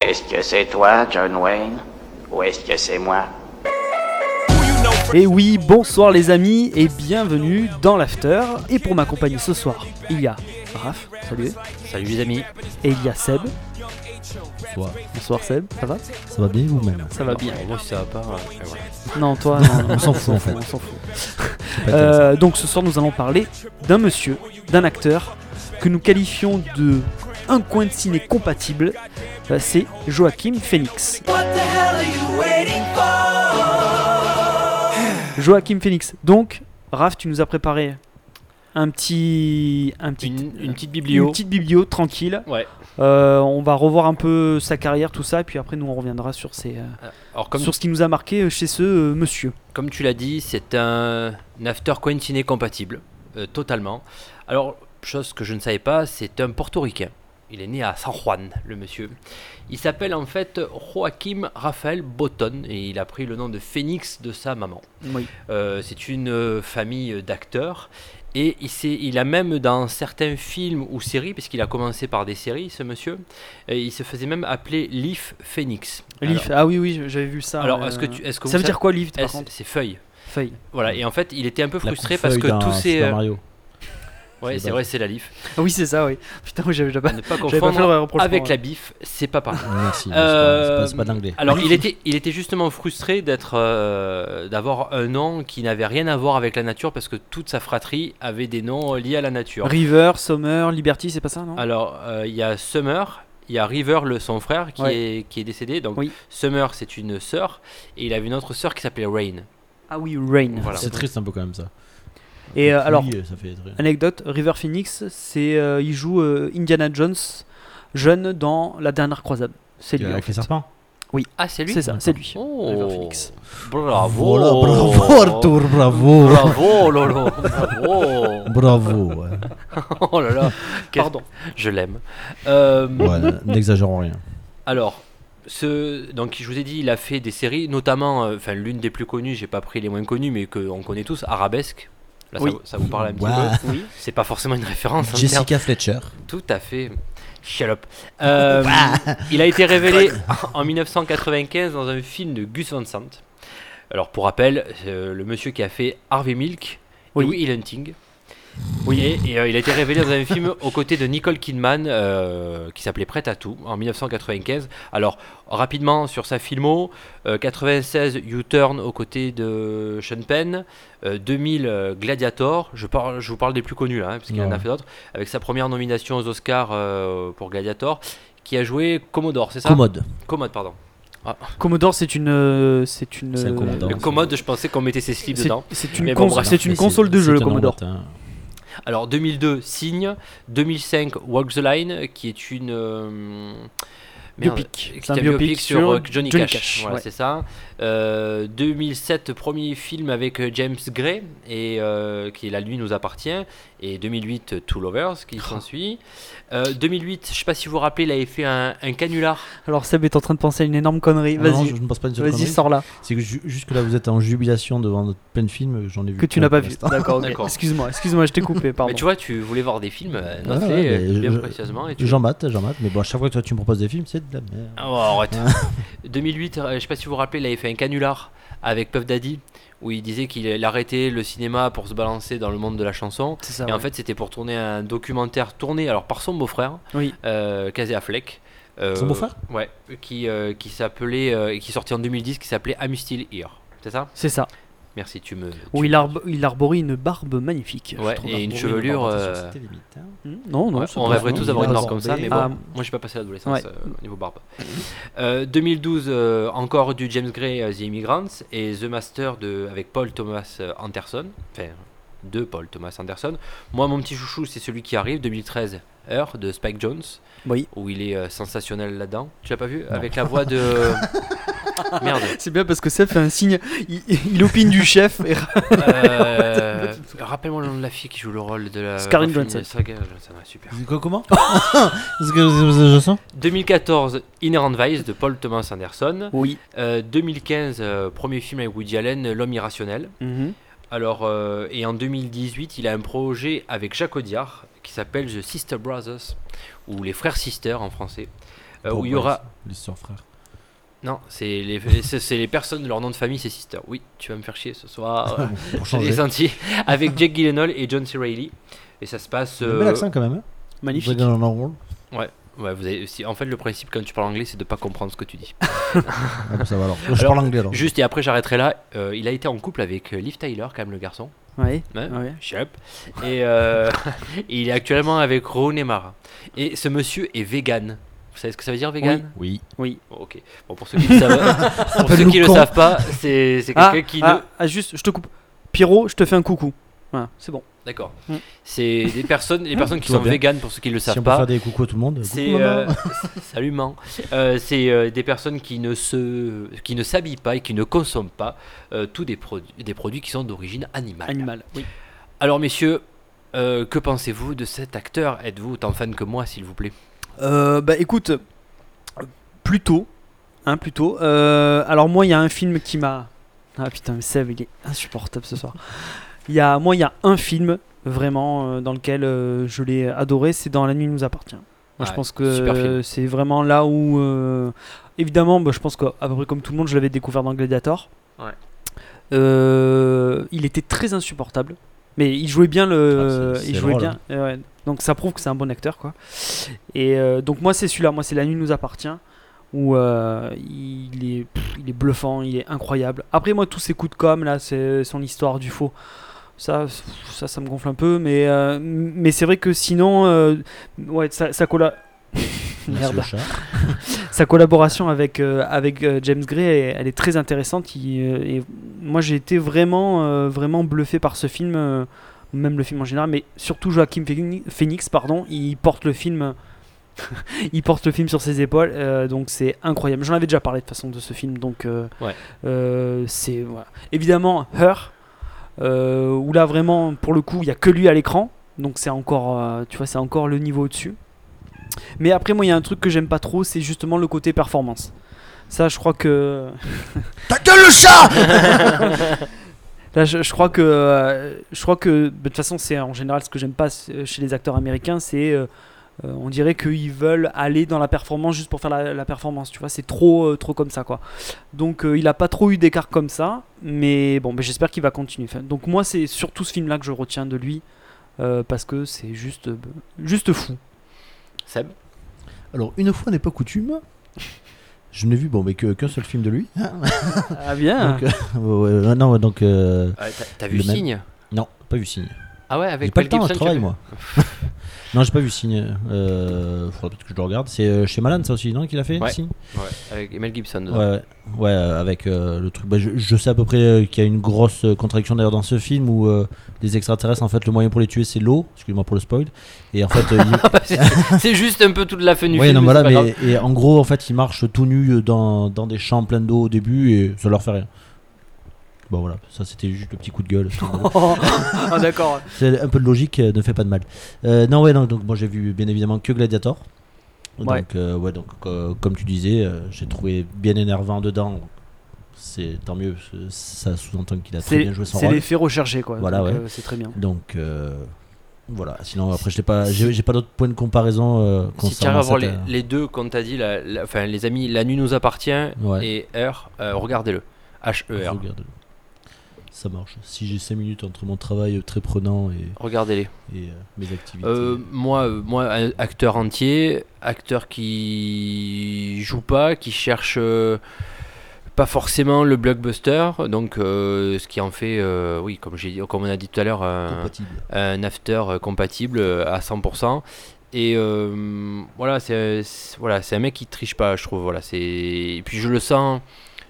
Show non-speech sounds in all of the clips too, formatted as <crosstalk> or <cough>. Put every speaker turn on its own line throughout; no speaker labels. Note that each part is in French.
Est-ce que c'est toi, John Wayne Ou est-ce que c'est moi
Et oui, bonsoir les amis et bienvenue dans l'after. Et pour m'accompagner ce soir, il y a Raph, salut,
Salut les amis.
et il y a Seb.
Bonsoir.
Bonsoir Seb, ça va
Ça va bien vous-même
Ça va bien.
Et moi, si ça va pas. euh, et voilà.
Non, toi,
<laughs>
non,
On s'en fout, en fait.
On s'en fout.
C'est pas intéressant.
Euh, donc ce soir, nous allons parler d'un monsieur, d'un acteur que nous qualifions de un coin de ciné compatible. Euh, C'est Joachim Phoenix. Joachim Phoenix. Donc, Raph, tu nous as préparé un petit, un petit,
Une, une petite
une
biblio.
petite biblio tranquille.
Ouais.
Euh, on va revoir un peu sa carrière, tout ça, et puis après nous on reviendra sur ces, euh,
Alors comme,
sur ce qui nous a marqué euh, chez ce euh, monsieur.
comme tu l'as dit, c'est un, un after coin ciné compatible, euh, totalement. Alors chose que je ne savais pas, c'est un portoricain. Il est né à San Juan, le monsieur. Il s'appelle en fait Joaquim Raphaël Botton et il a pris le nom de Phoenix de sa maman.
Oui.
Euh, c'est une euh, famille d'acteurs. Et il, s'est- il a même dans certains films ou séries, puisqu'il a commencé par des séries, ce monsieur, et il se faisait même appeler Leaf Phoenix.
Leaf. Ah oui, oui, j'avais vu ça.
Alors,
euh,
alors, est-ce que tu, est-ce que
ça
vous
veut dire
savez-
quoi, Leaf par
est-ce-
contre
C'est feuille.
Feuille.
Voilà. Et en fait, il était un peu
La
frustré
coupe-feuille
parce que
d'un
tous ces,
Super
euh,
Mario.
ouais,
C'est
c'est vrai, c'est la Leaf.
Ah oui, c'est ça, oui. <laughs> Putain, oui, j'avais j'avais
À
pas,
ne pas
j'avais pas fait
confondre
le rapprochement. hein.
avec
ouais.
la bif, c'est
<laughs>
pas pareil.
Ouais, Merci. mais
Euh,
c'est pas- C'est pas, d'anglais.
Alors il était, il était justement frustré d'être, euh, d'avoir un nom qui n'avait rien à voir avec la nature parce que toute sa fratrie avait des noms euh, liés à la nature.
River, Summer, Liberty, c'est pas ça, non
Alors, euh, il y a Summer, il y a River, le, son frère, qui,
Ouais.
est, qui est décédé. Donc,
Oui.
Summer, c'est une sœur, et il avait une autre sœur qui s'appelait Rain.
Ah oui, Rain.
Voilà.
C'est triste un peu quand même ça.
Et euh,
Oui,
alors,
ça fait très-
anecdote, River Phoenix, c'est euh, il joue euh, Indiana Jones jeune dans la dernière croisade. C'est lui. en
Avec
fait.
les serpents.
Ah, c'est lui
C'est ça, c'est lui.
Oh.
River Phoenix.
Bravo
Voilà, bravo Arthur, bravo.
Bravo, Lolo Bravo
<laughs>
Bravo. ouais.
Oh là là Qu'est-ce-
Pardon.
Je l'aime. Euh,
Ouais, N'exagérons rien.
Alors, ce, donc je vous ai dit, il a fait des séries, notamment, euh, enfin l'une des plus connues, j'ai pas pris les moins connues, mais qu'on connaît tous, Arabesque. Là, ça
Oui.
vous- ça, vous parle un petit
Ouais.
peu. C'est pas forcément une référence. hein, certes.
Jessica Fletcher.
Tout à fait. <laughs> Chalope. Euh, il a été révélé en 1995 dans un film de Gus Van Sant. Alors pour rappel, euh, le monsieur qui a fait Harvey Milk,
Oui.
Louis Hunting. Oui. Et, et, euh, il a été révélé dans un film aux côtés de Nicole Kidman euh, qui s'appelait Prête à tout en 1995. Alors rapidement sur sa filmo, euh, 96 U-Turn aux côtés de Sean Penn, euh, 2000 euh, Gladiator. Je, parle, je vous parle des plus connus là, hein, parce qu'il en a
Ouais.
fait d'autres. Avec sa première nomination aux Oscars euh, pour Gladiator, qui a joué Commodore, c'est ça
Commode.
Commode, pardon.
Commodore, c'est une, euh, c'est une,
C'est un
euh,
Commodore.
Le
c'est
Commode, je pensais qu'on mettait ses slips
c'est,
dedans.
c'est une,
Mais bon,
cons-
bref.
c'est une console de jeu, le Commodore.
Alors 2002, Signe. 2005, Walk the Line, qui est une. euh, merde,
Biopic.
qui
C'est un
est
biopic sur
euh, Johnny,
Johnny
Cash.
Cash,
Voilà,
ouais.
c'est ça. Euh, 2007, premier film avec euh, James Gray, et, euh, qui est La Nuit nous appartient. Et 2008, euh, Two Lovers,
Ah.
qui s'ensuit. Euh, 2008, je sais pas si vous vous rappelez, il avait fait un, un canular.
Alors Seb est en train de penser à une énorme connerie.
Vas-y.
Vas-y,
Ah Je ne pense pas une seule
vas-y,
connerie.
sors là.
C'est que ju- jusque-là, vous êtes en jubilation devant plein de films. J'en ai vu.
Que tu
plein
n'as pas
pour
vu.
l'instant.
D'accord. ok.
D'accord.
Excuse-moi, excuse-moi, je t'ai coupé. Pardon.
Mais tu vois, tu voulais voir des films, euh, note-les,
ouais,
euh,
mais
bien
je-
précieusement. Et tu
J'en batte, j'en batte. Mais bon, à chaque fois que toi tu me proposes des films, c'est de la merde.
Ah, bon, arrête. <laughs> 2008, euh, je sais pas si vous vous rappelez, il avait fait un canular avec Puff Daddy où il disait qu'il arrêtait le cinéma pour se balancer dans le monde de la chanson.
c'est ça.
Ah
et en
ouais.
fait, c'était pour tourner un documentaire tourné alors par son beau-frère,
Oui.
euh, Casey Affleck. euh,
Son beau-frère
Ouais, qui, euh, qui s'appelait euh, et qui sortait en 2010, qui s'appelait I'm Still Here. C'est ça
c'est ça.
Merci, tu me.
Où
tu-
il, arbo- il arborait une barbe magnifique. je
Ouais,
trouve.
et une
Pour
chevelure.
une
euh,
représentation, c'était limite, hein.
Hmm Non, non.
Ouais,
c'est
on
pas-
rêverait
non,
tous
il
d'avoir
est
une barbe
abordé.
comme ça, mais bon,
Ah.
moi j'ai pas passé l'adolescence
Ouais.
euh, au niveau barbe. Euh, 2012, euh, encore du James Gray, euh, The Immigrants, et The Master de, avec Paul Thomas euh, Anderson, enfin de Paul Thomas Anderson. Moi, mon petit chouchou, c'est celui qui arrive, 2013, Heure de Spike Jones,
Oui.
où il est euh, sensationnel là-dedans. Tu l'as pas vu Avec la voix de.
<laughs>
Merde.
C'est bien parce que Seb fait un signe. Il, il opine du chef. et-
Euh, Rappelle-moi le nom de la fille qui joue le rôle de la.
Scarlett
la fille
Johansson.
de Scarlett Johansson, ouais, super.
C'est quoi, comment <laughs> Est-ce que je sens
2014, Inherent Vice de Paul Thomas Anderson.
Oui.
Euh, 2015, euh, premier film avec Woody Allen, euh, L'homme irrationnel.
Mhm.
Alors, euh, et en 2018, il a un projet avec Jacques Audiard qui s'appelle The Sister Brothers, ou les frères sisters en français. euh,
Pour
où il y
pas
aura.
les- Les sœurs frères.
Non, c'est les, <laughs> c'est- c'est les personnes, leur nom de famille, c'est Sister. Oui, tu vas me faire chier ce soir. euh,
<laughs> Pour
J'ai
changer.
senti. Avec Jake Gyllenhaal et John C. Reilly. Et ça se passe.
Un
euh,
bel accent quand même. hein.
Magnifique.
Brendan Arnold.
ouais, vous avez, si- en fait, le principe quand tu parles anglais, c'est de pas comprendre ce que tu dis.
Ah, bah, ça va alors. Je parle anglais alors.
Juste et après, j'arrêterai là. euh, il a été en couple avec euh, Liv Tyler, quand même le garçon. hein.
Ouais.
Ouais.
ouais.
Shep. Et euh, <laughs> il est actuellement avec Ron et Mara. Et ce monsieur est vegan. Vous savez ce que ça veut dire vegan
Oui.
Bon, Ok. Bon, pour ceux qui le
<laughs>
savent, pour ceux qui le
con.
savent pas, c'est c'est quelqu'un
Ah,
qui ne-
ah, ah, juste, je te coupe. Pierrot, je te fais un coucou. Voilà, c'est bon.
D'accord.
Mm.
C'est des personnes, les personnes qui
Ah, Tout va
sont
bien.
véganes pour ceux qui le savent
Si on peut
pas.
faire des coucou à tout le monde.
C'est
coucou, maman.
euh, <laughs> salut, maman. Euh, c'est euh, des personnes qui ne se, qui ne s'habillent pas et qui ne consomment pas euh, tous des produits, des produits qui sont d'origine animale.
Animal. Oui.
Alors messieurs, euh, que pensez-vous de cet acteur Êtes-vous autant fan que moi, s'il vous plaît
Euh, bah écoute, plutôt. Hein, plutôt. Euh, alors moi, il y a un film qui m'a... Ah putain, mais Seb, il est insupportable ce soir. Il y a, moi, il y a un film vraiment euh, dans lequel euh, je l'ai adoré, c'est dans La nuit nous appartient. Moi, je
Ouais,
pense
super film.
que c'est vraiment là où... euh, évidemment, bah, je pense qu'à peu près comme tout le monde, je l'avais découvert dans Gladiator.
Ouais.
Euh, il était très insupportable. Mais il jouait bien le.
Ah, c'est-
il
c'est
jouait
drôle,
bien. euh, ouais. Donc ça prouve que c'est un bon acteur, quoi. Et euh, donc moi c'est celui-là, moi c'est La nuit nous appartient, où euh, il, est, pff, il est bluffant, il est incroyable. Après moi tous ces coups de com là, c'est son histoire du faux. Ça, ça, ça me gonfle un peu, mais, euh, mais c'est vrai que sinon, euh, ouais, sa, sa colla-
Merci
Merde.
le chat.
sa collaboration avec, euh, avec euh, James Gray, elle, elle est très intéressante. Il, euh, et moi, j'ai été vraiment, euh, vraiment bluffé par ce film, euh, même le film en général, mais surtout Joachim Phoeni- Phoenix, pardon, il porte le film. <laughs> il porte le film sur ses épaules, euh, donc c'est incroyable. J'en avais déjà parlé de toute façon de ce film, donc euh,
Ouais.
euh, c'est voilà. évidemment Her, euh, où là vraiment pour le coup il y a que lui à l'écran, donc c'est encore, euh, tu vois, c'est encore le niveau au-dessus. Mais après, moi, il y a un truc que j'aime pas trop, c'est justement le côté performance. Ça, je crois que.
<laughs> Ta gueule le chat
<laughs>
<laughs>
Là, je, je crois que. euh, Je crois que. De toute façon, c'est en général ce que j'aime pas euh, chez les acteurs américains, c'est. euh, euh, on dirait qu'ils veulent aller dans la performance juste pour faire la, la performance, tu vois. C'est trop, euh, trop comme ça, quoi. Donc, euh, il a pas trop eu d'écart comme ça, mais bon, mais j'espère qu'il va continuer. Enfin, donc, moi, c'est surtout ce film-là que je retiens de lui, euh, parce que c'est juste, euh, juste fou.
Seb
Alors, une fois n'est pas coutume. Je n'ai vu bon, mais que- qu'un seul film de lui. <laughs>
Ah bien.
Donc, euh, ouais, ouais, non, donc euh,
Euh, t'as- T'as vu
Le même.
Signe
non, pas vu signe.
Ah ouais,
J'ai
avec
pas
Mel
le temps,
Gibson,
je
tu
travaille
as-
moi. <laughs> non, j'ai pas vu signe. Euh, faudrait peut-être que je le regarde. C'est euh, chez Malan, ça aussi, non, qu'il a fait
Ouais.
Signe
Ouais, avec Mel Gibson.
Ouais,
dedans.
ouais, Ouais, euh, avec euh, le truc. bah, je, je sais à peu près euh, qu'il y a une grosse euh, contradiction d'ailleurs dans ce film où euh, les extraterrestres, en fait, le moyen pour les tuer, c'est l'eau. Excuse-moi pour le spoil. Et en
<laughs>
fait, euh, ils-
<laughs> C'est- c'est juste un peu toute la fin du
Ouais,
film.
non,
mais
voilà,
c'est pas grave.
mais et en gros, en fait, ils marchent tout nus euh, dans, dans des champs pleins d'eau au début et ça leur fait rien. Bon, voilà, ça c'était juste le petit coup
<laughs>
de gueule. <laughs>
Oh, ah, d'accord.
C'est un peu de logique, euh, ne fait pas de mal. Euh, non, ouais, non, donc moi j'ai vu bien évidemment que Gladiator. Donc,
Ouais.
euh, ouais, donc euh, comme tu disais, euh, j'ai trouvé bien énervant dedans. C'est tant mieux, parce que ça sous-entend qu'il a très
C'est
bien joué son
c'est
rôle.
l'effet recherché, quoi.
Voilà,
Donc,
ouais.
euh, c'est très bien.
Donc euh, voilà, sinon après, je n'ai pas, j'ai j'ai pas d'autres points de comparaison. Euh,
Si tu arrives
concernant
à voir les,
cette, euh,
les deux, comme t'as dit, la- la- enfin, les amis, La Nuit nous appartient
Ouais.
et Heure, euh, regardez-le. E H-E-R.
Regarde. Ça marche. Si j'ai 5 minutes entre mon travail très prenant et,
Regardez-les.
et, euh, mes activités.
Euh, moi, euh, moi, un acteur entier, acteur qui joue pas, qui cherche euh, pas forcément le blockbuster, donc euh, ce qui en fait, euh, oui, comme j'ai, comme on a dit tout à l'heure, un,
Compatible.
un after euh, compatible euh, à 100%. Et euh, voilà, c'est c'est- voilà, c'est un mec qui triche pas, je trouve. Voilà, c'est et puis je le sens,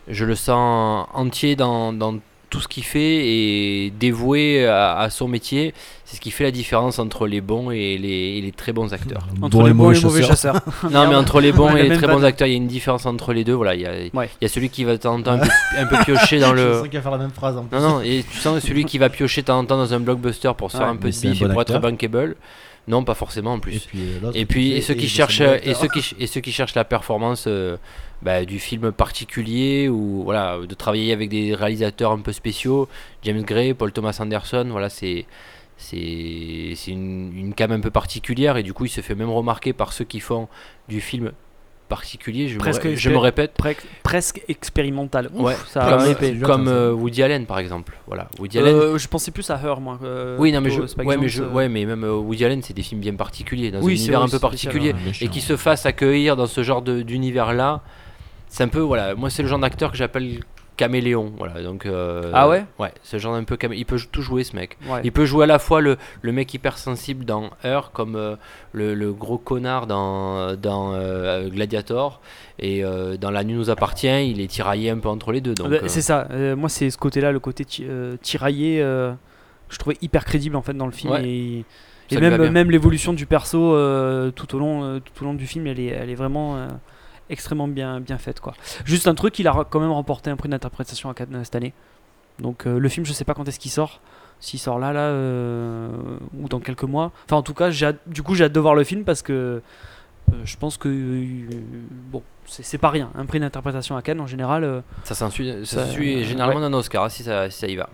je le sens entier dans, dans tout ce qu'il fait et dévoué à, à son métier. C'est ce qui fait la différence entre les bons et les, et les très
<laughs>
bons acteurs.
Entre les bons et les mauvais chasseurs.
non, mais entre les bons
Ouais, la
et les
même
très
vanne.
bons acteurs, il y a une différence entre les deux. Voilà, il y a, il
Ouais.
y a celui qui va de temps en temps un peu,
<laughs>
un peu piocher dans
Je
le.
sens qu'il va faire la même phrase en plus.
Non, non, et tu sens celui qui va piocher de temps en temps dans un blockbuster pour se faire
Ouais,
un peu
mais
de
c'est un
bif
bon
et pour être
acteur.
bankable. Non, pas forcément en
Et
plus.
puis, euh, l'autre
Et puis,
fait-
et ceux qui
des
cherchent,
scènes
euh,
d'acteurs.
et ceux qui, ch- et ceux qui cherchent la performance euh, bah, du film particulier ou voilà, de travailler avec des réalisateurs un peu spéciaux, James Gray, Paul Thomas Anderson, voilà, c'est c'est c'est une, une cam un peu particulière et du coup, il se fait même remarquer par ceux qui font du film particulier, je,
Presque
me, ré- je
expé-
me répète.
Pre- presque expérimental. Ouf,
Ouais,
ça
comme,
a
euh,
épais.
comme, euh, Woody Allen par exemple. Voilà, Woody Allen.
Euh, je pensais plus à Her, moi. euh,
oui, non, mais je,
plutôt, Spike
ouais, mais
Jonze,
je,
euh.
ouais, mais même euh, Woody Allen, c'est des films bien particuliers, dans
Oui,
un
c'est
univers
vrai,
un peu
c'est spécial, hein.
particulier,
ouais.
et qui se fasse accueillir dans ce genre de- d'univers-là, c'est un peu, voilà, moi c'est le genre d'acteur que j'appelle caméléon, voilà, donc... euh,
Ah ouais
Ouais, ce genre un peu camé- il peut jou- tout jouer ce mec.
Ouais.
Il peut jouer à la fois le, le mec hypersensible dans Her, comme euh, le, le gros connard dans, dans euh, Gladiator, et euh, dans La Nuit nous appartient, il est tiraillé un peu entre les deux, donc...
Bah,
euh,
C'est ça. euh, moi, c'est ce côté-là, le côté ti- euh, tiraillé, euh, que je trouvais hyper crédible en fait dans le film.
Ouais.
Et,
Ça
et
lui va
même,
bien.
même l'évolution du perso euh, tout au long, euh, tout au long du film, elle est, elle est vraiment euh, extrêmement bien, bien faite quoi. Juste un truc, il a re- quand même remporté un prix d'interprétation à Cannes euh, cette année. Donc euh, le film, je sais pas quand est-ce qu'il sort. S'il sort là, là, euh, ou dans quelques mois. Enfin, en tout cas, j'ai hâte- du coup, j'ai hâte de voir le film parce que euh, je pense que euh, bon, c'est c'est pas rien. Un prix d'interprétation à Cannes, en général, euh,
Ça s'ensuit ça
Ça-
s'ensuit
ouais.
généralement d'un Oscar, hein, si ça, si ça y va.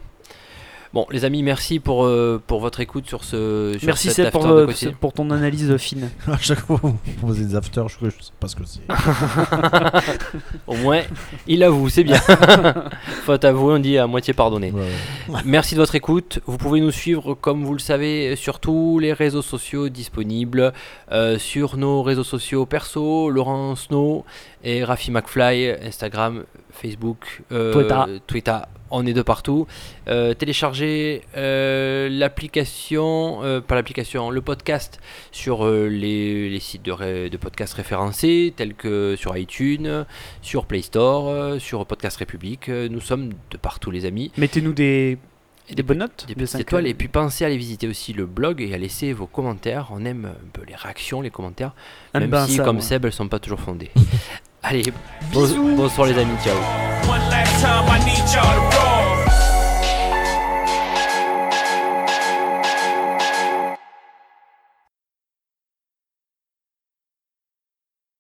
Bon, les amis, merci pour, euh, pour votre écoute sur ce. Sur
Merci
cet
Seb pour,
after de
euh,
Coty.
pour ton analyse fine.
<laughs> À chaque fois, vous me proposez des afters, je, je sais pas ce que c'est.
Au moins, il avoue,
<laughs>
c'est bien. Faute avouée, on dit à moitié pardonné.
Ouais, ouais.
<laughs> Merci de votre écoute. Vous pouvez nous suivre, comme vous le savez, sur tous les réseaux sociaux disponibles. Euh, sur nos réseaux sociaux perso, Laurent Snow et Rafi McFly, Instagram, Facebook, euh,
Twitter.
Twitter, On est de partout. Euh, téléchargez euh, l'application, euh, pas l'application, le podcast sur euh, les, les sites de, ré- de podcasts référencés, tels que sur iTunes, sur Play Store, euh, sur Podcast République. Euh, Nous sommes de partout, les amis
Mettez-nous des, des bonnes notes.
des
de
petites
cinq
étoiles
étoiles.
et puis pensez à aller visiter aussi le blog et à laisser vos commentaires. On aime un peu les réactions, les commentaires,
Ah
même
ben,
si
ça,
comme
moi.
Seb elles sont
<laughs>
pas toujours fondées. Allez, bon- bonsoir les amis, ciao.
One last time, I need y'all to